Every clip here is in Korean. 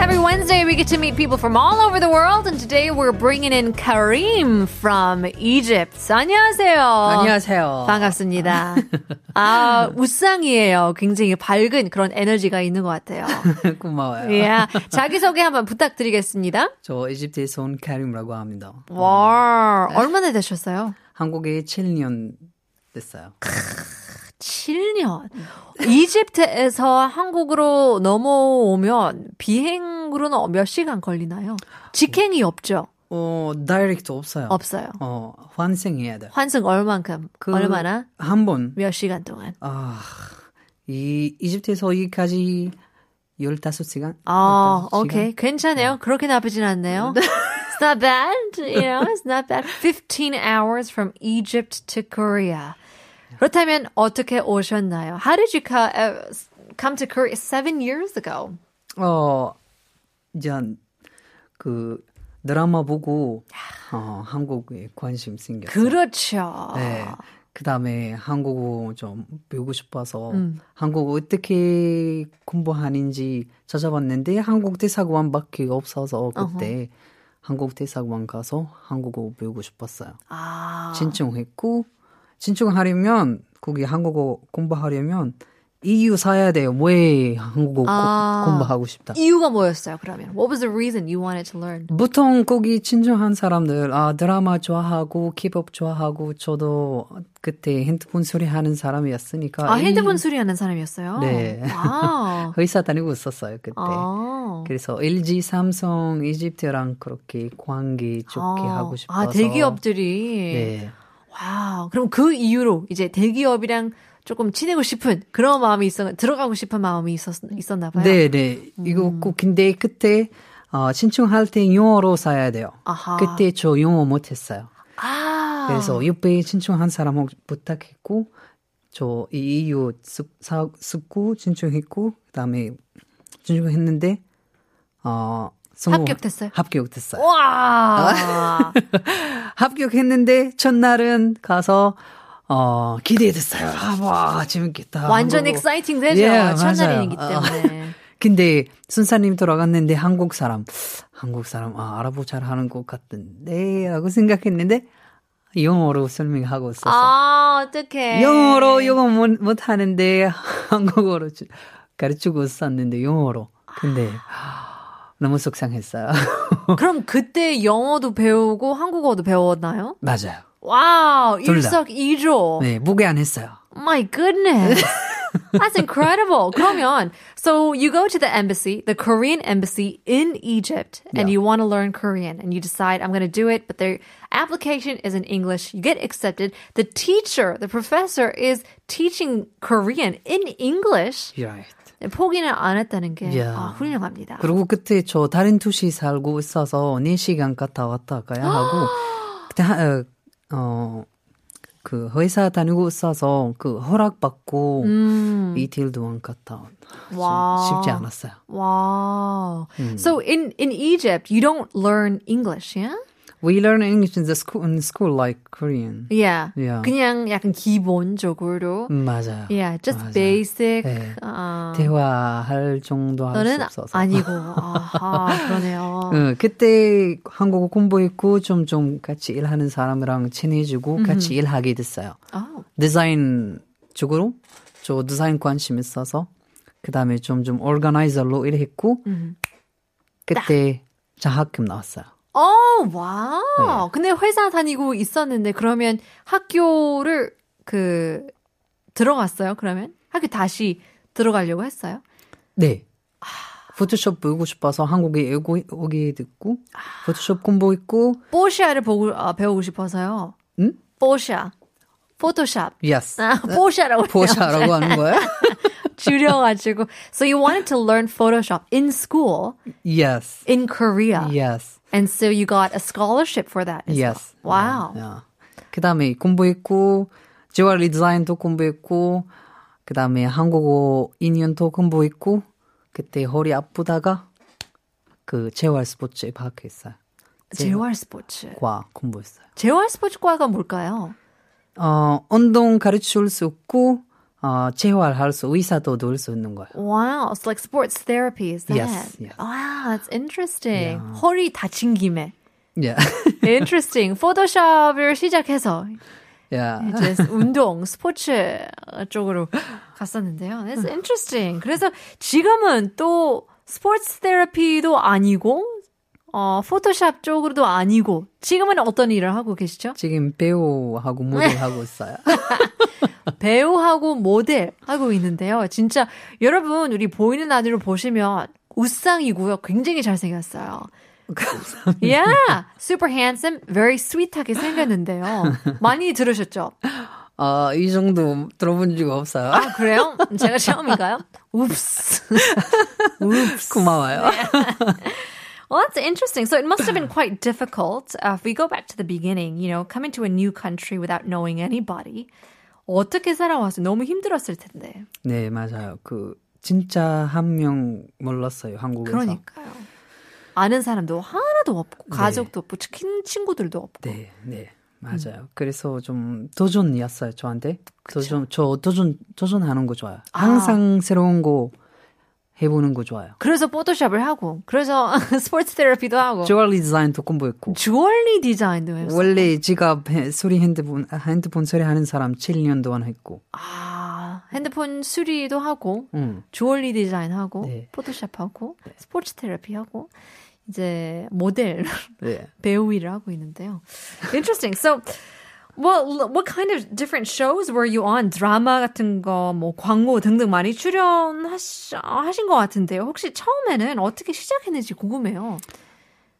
Every Wednesday, we get to meet people from all over the world, and today we're bringing in Kareem from Egypt. 안녕하세요. 안녕하세요. 반갑습니다. 아, 우상이에요. 굉장히 밝은 그런 에너지가 있는 것 같아요. 고마워요. 예. 자기소개 한번 부탁드리겠습니다. 저 이집트에서 온 카림이라고 합니다. 어. 와, 얼마나 되셨어요? 한국에 7년 됐어요. 7년. 이집트에서 한국으로 넘어오면 비행으로는 몇 시간 걸리나요? 직행이 없죠? 어, 다이렉트 없어요. 없어요. 어, 환승해야 돼. 환승 얼만큼? 그- 얼마나? 한 번. 몇 시간 동안? 아, 이 이집트에서 여기까지 15시간? 아, 15시간? 네. 오케이. 괜찮아요. 그렇게 나쁘진 않네요. It's not bad. You know, it's not bad. 15 hours from Egypt to Korea. 그렇다면 어떻게 오셨나요? How did you co- uh, come to Korea seven years ago? 어, 이제 그 드라마 보고 어, 한국에 관심 생겼어요. 그렇죠. 네. 그 다음에 한국어 좀 배우고 싶어서 음. 한국어 어떻게 공부하는지 찾아봤는데 한국 대사관밖에 없어서 그때 한국 대사관 가서 한국어 배우고 싶었어요. 아, 신청했고 신청하려면 거기 한국어 공부하려면 EU 사야 돼요. 왜 한국어 고- 아. 공부하고 싶다. 이유가 뭐였어요, 그러면? What was the reason you wanted to learn? 보통 거기 친절한 사람들 아 드라마 좋아하고 힙합 좋아하고 저도 그때 핸드폰 소리 하는 사람이었으니까 아, 이- 핸드폰 수리하는 사람이었어요? 네. 와우. 회사 다니고 있었어요 그때 아. 그래서 LG 삼성 이집트랑 그렇게 관계 좋게 아. 하고 싶어서 아, 대기업들이. 네 와우. 그럼 그 이후로 이제 대기업이랑 조금 친해고 싶은 그런 마음이 있어 들어가고 싶은 마음이 있었 있었나 봐요. 네네 음. 이거 꼭 근데 그때 어, 신청할 때 영어로 사야 돼요 아하. 그때 저 영어 못했어요 아. 그래서 옆에 신청한 사람 혹- 부탁했고 저 이 EU 습- 사- 습고 신청했고 그다음에 신청했는데 어 성공- 합격됐어요? 합격됐어요. 와. 합격했는데 첫날은 가서 어 기대됐어요. 아, 와 재밌겠다. 완전 한국어. 엑사이팅 되죠. 예, 첫날이기 맞아요. 때문에. 근데 순사님 돌아갔는데 한국 사람 한국 사람 아 아랍어 잘하는 것 같은데라고 생각했는데 영어로 설명하고 있어서 아, 어떡해. 영어로 영어 못, 못 하는데 한국어로 주- 가르치고 있었는데 영어로. 근데 너무 속상했어요. 그럼 그때 영어도 배우고 한국어도 배웠나요? 맞아요. 와우. 둘 다. 일석이조. 네, 무게 안 했어요. My goodness. That's incredible. 그러면, so you go to the embassy, the Korean embassy in Egypt, and Yeah. you want to learn Korean, and you decide, I'm going to do it, but their application is in English. You get accepted. The teacher, the professor is teaching Korean in English. Right. 포기는 안 했다는 게 Yeah. 아, 훌륭합니다. 그리고 그때 저 다른 도시 살고 있어서 4시간 갔다 왔다 가야 하고 그때 하- 어, 어, 그 회사 다니고 있어서 그 허락받고 이틀 동안 갔다 음. 와. 와. 쉽지 않았어요. Wow. So in, in Egypt, you don't learn English, yeah? We learn English in the school, in school like Korean. Yeah. Yeah. 그냥 약간 기본적으로 맞아요. Yeah, just 맞아요. basic. 네. 아, 대화할 정도 할 수 너는 없어서. 음. 아니고. 아하, 그러네요. 응, 그때 한국어 공부했고 좀 좀 같이 일하는 사람이랑 친해지고 같이 일하게 됐어요. 아, 디자인 쪽으로 저 디자인 관심 있어서 그다음에 좀좀 오르가나이저로 일했고 음. 그때 장학금 나왔어요. 어, 와. 네. 근데 회사 다니고 있었는데 그러면 학교를 그 들어갔어요? 그러면 학교 다시 들어가려고 했어요? 네. 아. 포토샵 보고 싶어서 한국에 오고- 오게 됐고 아. 포토샵 공부했고 포시아를 보고 아, 배우고 싶어서요. 응? 포시아, 포토샵. 예스 아, 포시아라고 해요. 포샤라고 하는 거예요? 줄여가지고. So you wanted to learn Photoshop in school 예스 in Korea. 예스 And so you got a scholarship for that. as Yes. well. Wow. 그 다음에 공부했고, 재활리 디자인도 공부했고, 그 다음에 한국어 인연도 공부했고, 그때 허리 아프다가 그 재활 스포츠에 박혔어요. 재활 스포츠. 과 공부했어요. 재활 스포츠과가 뭘까요? 어, 운동 가르칠 수 있고 어, 재활할 수 의사도 될 수 있는 거예요. Wow, it's like sports therapy, is that? Yes, yes. Wow, that's interesting. 허리 다친 김에. 예. Interesting. 포토샵을 시작해서 예. 이제 운동, 스포츠 쪽으로 갔었는데요. That's interesting. 그래서 지금은 또 스포츠 테라피도 아니고 어, 포토샵 쪽으로도 아니고 지금은 어떤 일을 하고 계시죠? 지금 배우하고 모델하고 있어요. 배우하고 모델 하고 있는데요. 진짜 여러분 우리 보이는 라디오를 보시면 웃상이고요. 굉장히 잘생겼어요. 감사합니다. Yeah, super handsome, very sweet하게 생겼는데요. 많이 들으셨죠? 아, 이 정도 들어본 적 없어요. 아 그래요? 제가 처음인가요? Oops. 고마워요. Well, that's interesting. So it must have been quite difficult uh, if we go back to the beginning. You know, coming to a new country without knowing anybody. 어떻게 살아와서 너무 힘들었을 텐데. 네, 맞아요. 그 진짜 한 명 몰랐어요. 한국에서. 그러니까요. 아는 사람도 하나도 없고 가족도 없고 친 친구들도 없고. 네, 네. 음. 맞아요. 그래서 좀 도전이었어요, 저한테. 도전, 저 도전, 도전하는 거 좋아요. 항상 새로운 거 해보는 거 좋아요. 그래서 포토샵을 하고 그래서 스포츠 테라피도 하고 주얼리 디자인도 음, 공부했고. 주얼리 디자인도 해요. 원래 지갑 해- 소리 핸드폰, 핸드폰 소리 하는 사람 7년 동안 했고. 아 핸드폰 수리도 하고 음. 주얼리 디자인하고 네. 포토샵하고 스포츠 테라피하고 이제 모델 네. 배우 일을 하고 있는데요. Interesting. So Well, what kind of different shows were you on? 드라마 같은 거, 뭐 광고 등등 많이 출연하신 것 같은데요. 혹시 처음에는 어떻게 시작했는지 궁금해요.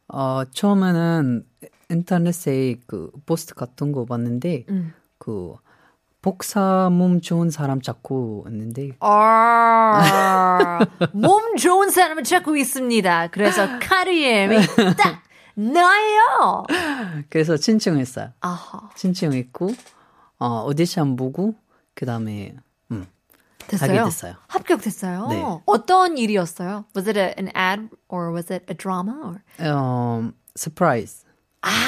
어, 처음에는 인터넷에 그 포스트 같은 거 봤는데, 음. 그, 복사 몸 좋은 사람 자꾸 있는데, 아, 몸 좋은 사람을 찾고 있습니다. 그래서 카리엠이 딱 나예요. 그래서 신청했어요. 아하, 신청했고, 어, 오디션 보고, 그 다음에, 음, 됐어요. 하게 됐어요. 합격됐어요. 네. 어떤 일이었어요? Was it a- an ad or was it a drama? Or... 어, 서프라이즈.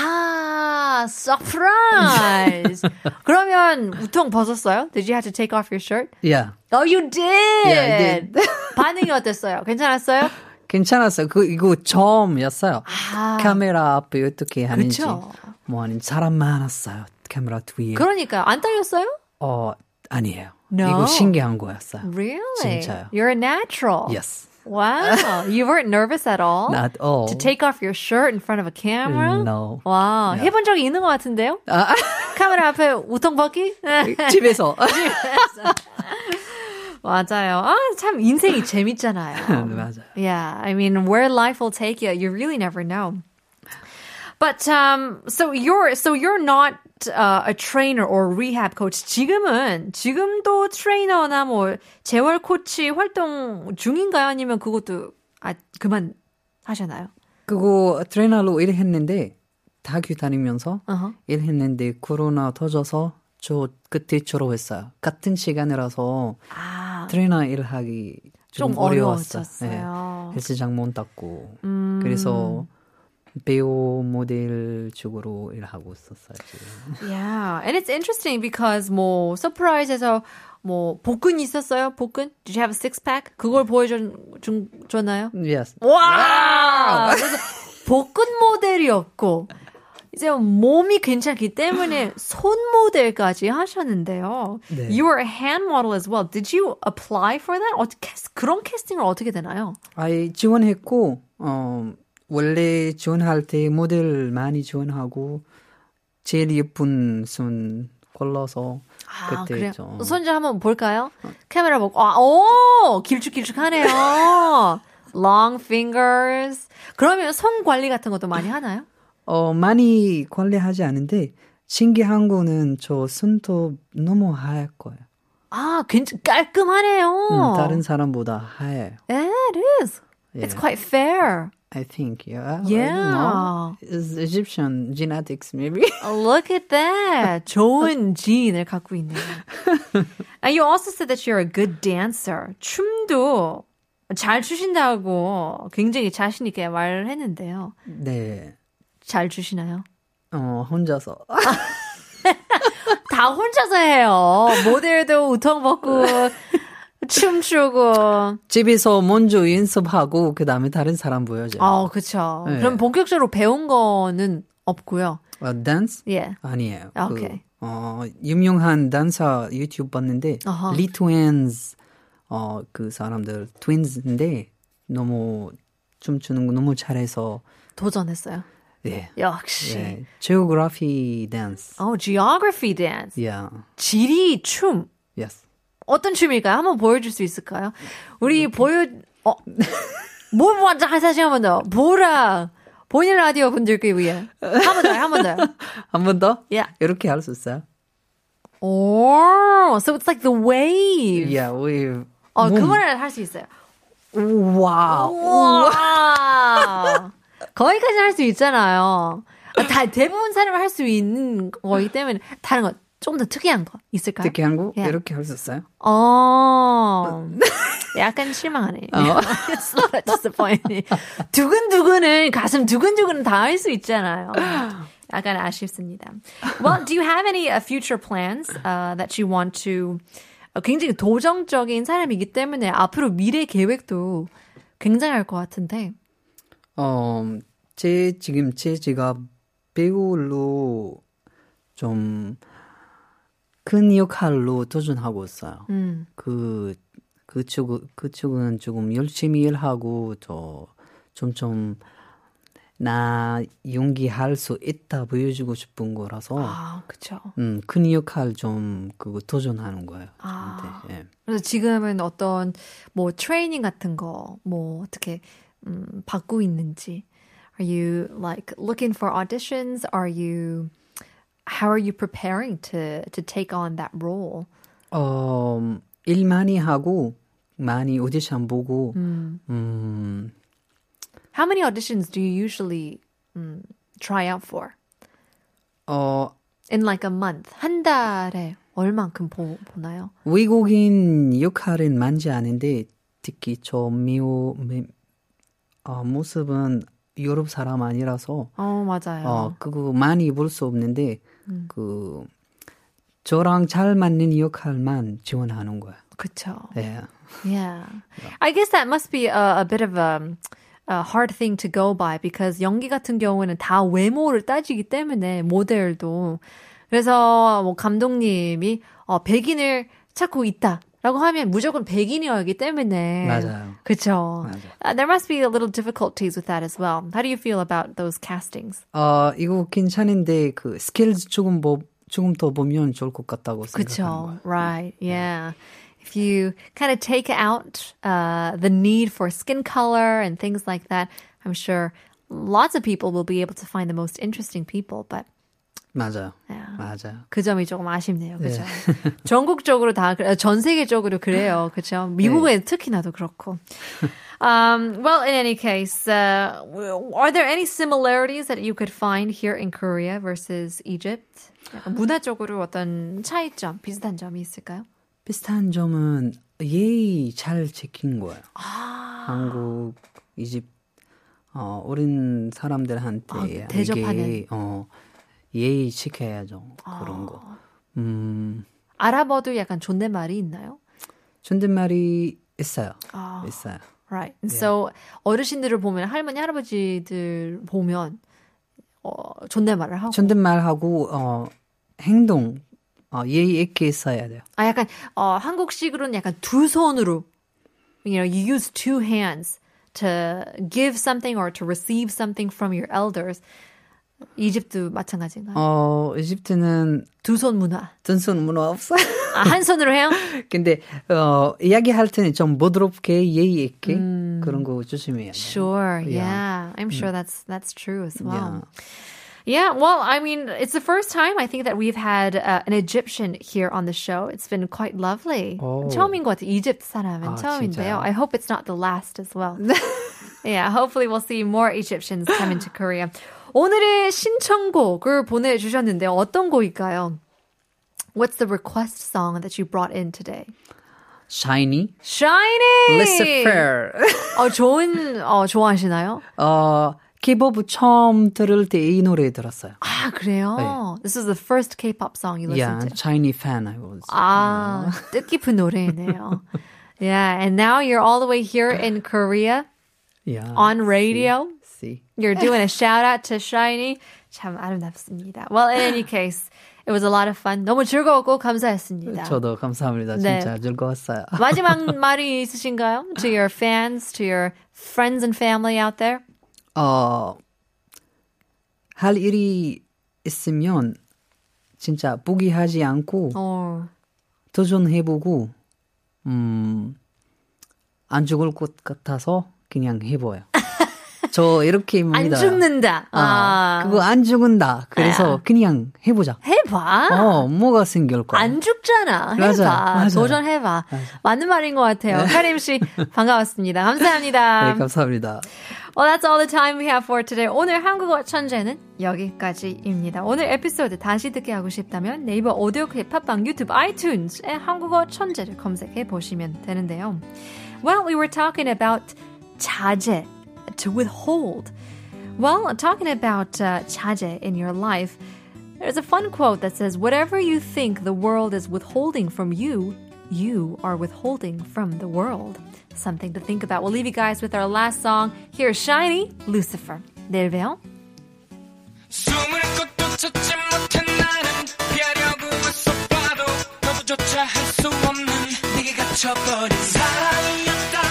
아, surprise. 그러면 우통 벗었어요? Did you have to take off your shirt? 야, Oh, you did. Yeah, I did. 반응이 어땠어요? 괜찮았어요? 괜찮았어요. 그, 이거 처음이었어요. 아, 카메라 앞에 어떻게 하는지. 그쵸. 뭐 하는지. 사람 많았어요. 카메라 뒤에. 그러니까 안 떨렸어요? 어, 아니에요. No. 음. 이거 신기한 거였어요. Really? 진짜요. You're a natural. Yes. Wow. you weren't nervous at all? Not all. Mm, To take off your shirt in front of a camera? 음, No. 와, 해본 적이 있는 것 같은데요? 아, 카메라 앞에 우통 벗기? 집에서. 맞아요. 아, 참 인생이 재밌잖아요. 음, 네, 맞아요. Yeah, I mean, where life will take you, you really never know. But um, so you're so you're not uh, a trainer or rehab coach. 지금은 지금도 트레이너나 뭐 재활 코치 활동 중인가요? 아니면 그것도 아 그만 하셨나요? 그거 트레이너로 일했는데 다큐 다니면서 어허. 일했는데 코로나 터져서 저 그때 졸업했어요. 같은 시간이라서 아, 트레이너 일하기 좀, 좀 어려웠어요. 음. 어려워졌어요. 예. 헬스장 문 닫고 그래서 배우 모델 쪽으로 일하고 있었어요. 지금. yeah. And it's interesting because 뭐 서프라이즈에서 뭐 복근 있었어요? 복근? Did you have a six pack? 그걸 보여줬나요? Yes. 와! 그래서 복근 모델이었고, 이제 몸이 괜찮기 때문에 손 모델까지 하셨는데요. 네. You were a hand model as well. Did you apply for that? 어, 캐스, 그런 캐스팅을 어떻게 되나요? 아예 지원했고 어 원래 지원할 때 모델 많이 지원하고 제일 예쁜 손 골라서 아, 그때 어. 그래요? 좀- 손좀 한번 볼까요? 카메라 보고, 아, 오! 길쭉길쭉하네요. Long fingers. 그러면 손 관리 같은 것도 많이 하나요? 어 많이 관리하지 않은데 신기한 거는 저 손톱 너무 하얗고요. 아, 괜찮, 깔끔하네요. 음, 다른 예. 사람보다 하얘요. Yeah, it is. It's Yeah. quite fair. I think yeah. I don't Yeah. Oh, know. It's Egyptian genetics maybe. Look at that. 좋은 지인을 갖고 있네요. And you also said that you're a good dancer. 춤도 잘 추신다고 굉장히 자신 있게 말을 했는데요. 네. 잘 주시나요? 어, 혼자서. 다 혼자서 해요. 모델도 우통 벗고 춤추고. 집에서 먼저 연습하고 그다음에 다른 사람 보여줘요. 아, 그렇죠. 네. 그럼 본격적으로 배운 거는 없고요. 어, 댄스? 예. 아니에요. 아, 그, 오케이. 어, 유명한 댄서 유튜브 봤는데 아하. 리트윈즈 어, 그 사람들 트윈즈인데 너무 춤추는 거 너무 잘해서 도전했어요. 네. 예. 역시. 예. 지오그래피 댄스. 어, geography dance. 예. Yeah. 지리 춤. Yes. 어떤 춤일까요? 한번 보여줄 수 있을까요? 우리 보여, 어, 뭐, 먼저 한- 다시 한 번 더. 보라. 본인 라디오 분들께 위해. 한 번 더요, 한 번 더요. 한 번 더? 예. 이렇게 할 수 있어요? 오, so it's like the wave. Yeah, we 어, 뭐? 그거는 할 수 있어요. 와우. 우와. 거기까지 는 할 수 있잖아요. 아, 다 대부분 사람이 할 수 있는 거기 때문에 다른 거, 좀 더 특이한 거 있을까요? 특히 한국 예. 이렇게 할 수 있어요? 어. 약간 실망하네. It's not a disappointing. 두근두근은 가슴 두근두근은 다 할 수 있잖아요. 약간 아쉽습니다. Well, do you have any uh, future plans uh, that you want to? 어, 굉장히 도정적인 사람이기 때문에 앞으로 미래 계획도 굉장할 것 같은데. 어, 제 지금 제 제가 배우로 좀 큰 역할로 도전하고 있어요. 음. 그, 그 축, 그 축은 조금 열심히 일하고 저 점점 나 용기할 수 있다 보여주고 싶은 거라서 아, 그렇죠. 음, 큰 역할 좀 그거 도전하는 거예요. 아. 저한테. 예. 그래서 지금은 어떤 뭐 트레이닝 같은 거 뭐 어떻게 음, 받고 있는지 are you like looking for auditions are you how are you preparing to to take on that role 어, 일 많이 하고 많이 오디션 보고 음. 음, how many auditions do you usually 음, try out for 어, in like a month 한 달에 얼만큼 보, 보나요 외국인 역할은 많지 않은데 특히 저 미호 미, 어, 모습은 유럽 사람 아니라서 어 맞아요 음. 어, 그거 많이 볼 수 없는데 그 저랑 잘 맞는 역할만 지원하는 거야. 그쵸 예. Yeah. I guess that must be a, a bit of a, a hard thing to go by because 연기 같은 경우는 다 외모를 따지기 때문에 모델도 그래서 뭐 감독님이 어, 백인을 찾고 있다라고 하면 무조건 백인이어야기 때문에 맞아요. 그렇죠. 맞아요. there must be a little difficulties with that as well. How do you feel about those castings? 어, 이거 괜찮은데 그 스킬즈 조금 뭐 조금 더 보면 좋을 것 같다고 생각하는 거야. 그렇죠. Right. Yeah. If you kind of take out uh, the need for skin color and things like that, I'm sure lots of people will be able to find the most interesting people. But 맞아요. 야. 맞아요. 그 점이 조금 아쉽네요. 그죠? 전국적으로 다, 그래- 전 세계적으로 그래요. 그죠? 미국에 특히나도 그렇고. Um, well, in any case, uh, are there any similarities that you could find here in Korea versus Egypt? 약간 문화적으로 어떤 차이점, 비슷한 점이 있을까요? 비슷한 점은 예의 잘 지킨 거예요. 아. 한국, 이집 어, 어린 사람들한테 아, 대접하는. 이게, 어, 예의 지켜야죠. 아. 그런 거. 음, 아랍어도 약간 존댓말이 있나요? 존댓말이 있어요. 아, 있어요. right. And So 어르신들을 보면 할머니 할아버지들 보면 어, 존댓말을 하고 존댓말하고 어, 행동 어, 예의 있게 있어야 돼요. 아 약간 어, 한국식으로는 약간 두 손으로 you know you use two hands to give something or to receive something from your elders. 이집트 마찬가지인가요? 어, 이집트는 두 손 문화. 전손 문화 없어요. 아, 한 손으로 해요? 근데 어, 이야기할 때는 좀 부드럽게 예의 있게 음. 그런 거 조심해야 돼요. Sure. Yeah. I'm sure that's that's true as well. Yeah. well, I mean, it's the first time I think that we've had uh, an Egyptian here on the show. It's been quite lovely. Oh. 처음인 것 같아. 이집트 사람은 아, 처음인데요. 진짜요? I hope it's not the last as well. yeah, hopefully we'll see more Egyptians come into Korea. 오늘의 신청곡을 보내주셨는데 어떤 곡일까요? What's the request song that you brought in today? Shiny, Shining. Lucifer. 어 좋은 어 좋아하시나요? 어, K-pop 처음 들을 때 이 노래 들었어요. 아, 그래요? This is the first K-pop song you listened Yeah, to. Chinese fan I was. 아, 뜻깊은 노래네요. yeah, and now you're all the way here in Korea yeah. on radio. See. You're doing a shout out to Shiny. 참 아름답습니다. Well, in any case, it was a lot of fun. 너무 즐거웠고 감사했습니다. 저도 감사합니다. 네. 진짜 즐거웠어요. 마지막 말이 있으신가요? To your fans, to your friends and family out there? 어, 할 일이 있으면 진짜 포기하지 않고 어, 도전해보고 음, 안 죽을 것 같아서 그냥 해봐요. 저 이렇게 안 믿어요. 죽는다. 아, 아, 그거 안 죽는다. 그래서 그냥 해보자. 해봐. 어, 뭐가 생길 거야. 안 죽잖아. 해봐. 맞아요. 맞아요. 도전해봐. 맞는 말인 것 같아요. 카림 씨, 반가웠습니다. 감사합니다. 네, 감사합니다. Well, that's all the time we have for today. 오늘 한국어 천재는 여기까지입니다. 오늘 에피소드 다시 듣기 하고 싶다면 네이버 오디오 클립, 팟빵, 유튜브, 아이튠즈에 한국어 천재를 검색해 보시면 되는데요. Well, we were talking about 자제, to withhold. Well, talking about uh, 자제 in your life, there's a fun quote that says, Whatever you think the world is withholding from you, you are withholding from the world. Something to think about. We'll leave you guys with our last song. Here's Shiny Lucifer. 내일 봬요. 숨을 것도 찾지 못한 나는 피하려고 애써 봐도 너무조차 할 수 없는 네게 갇혀버린 사람이었다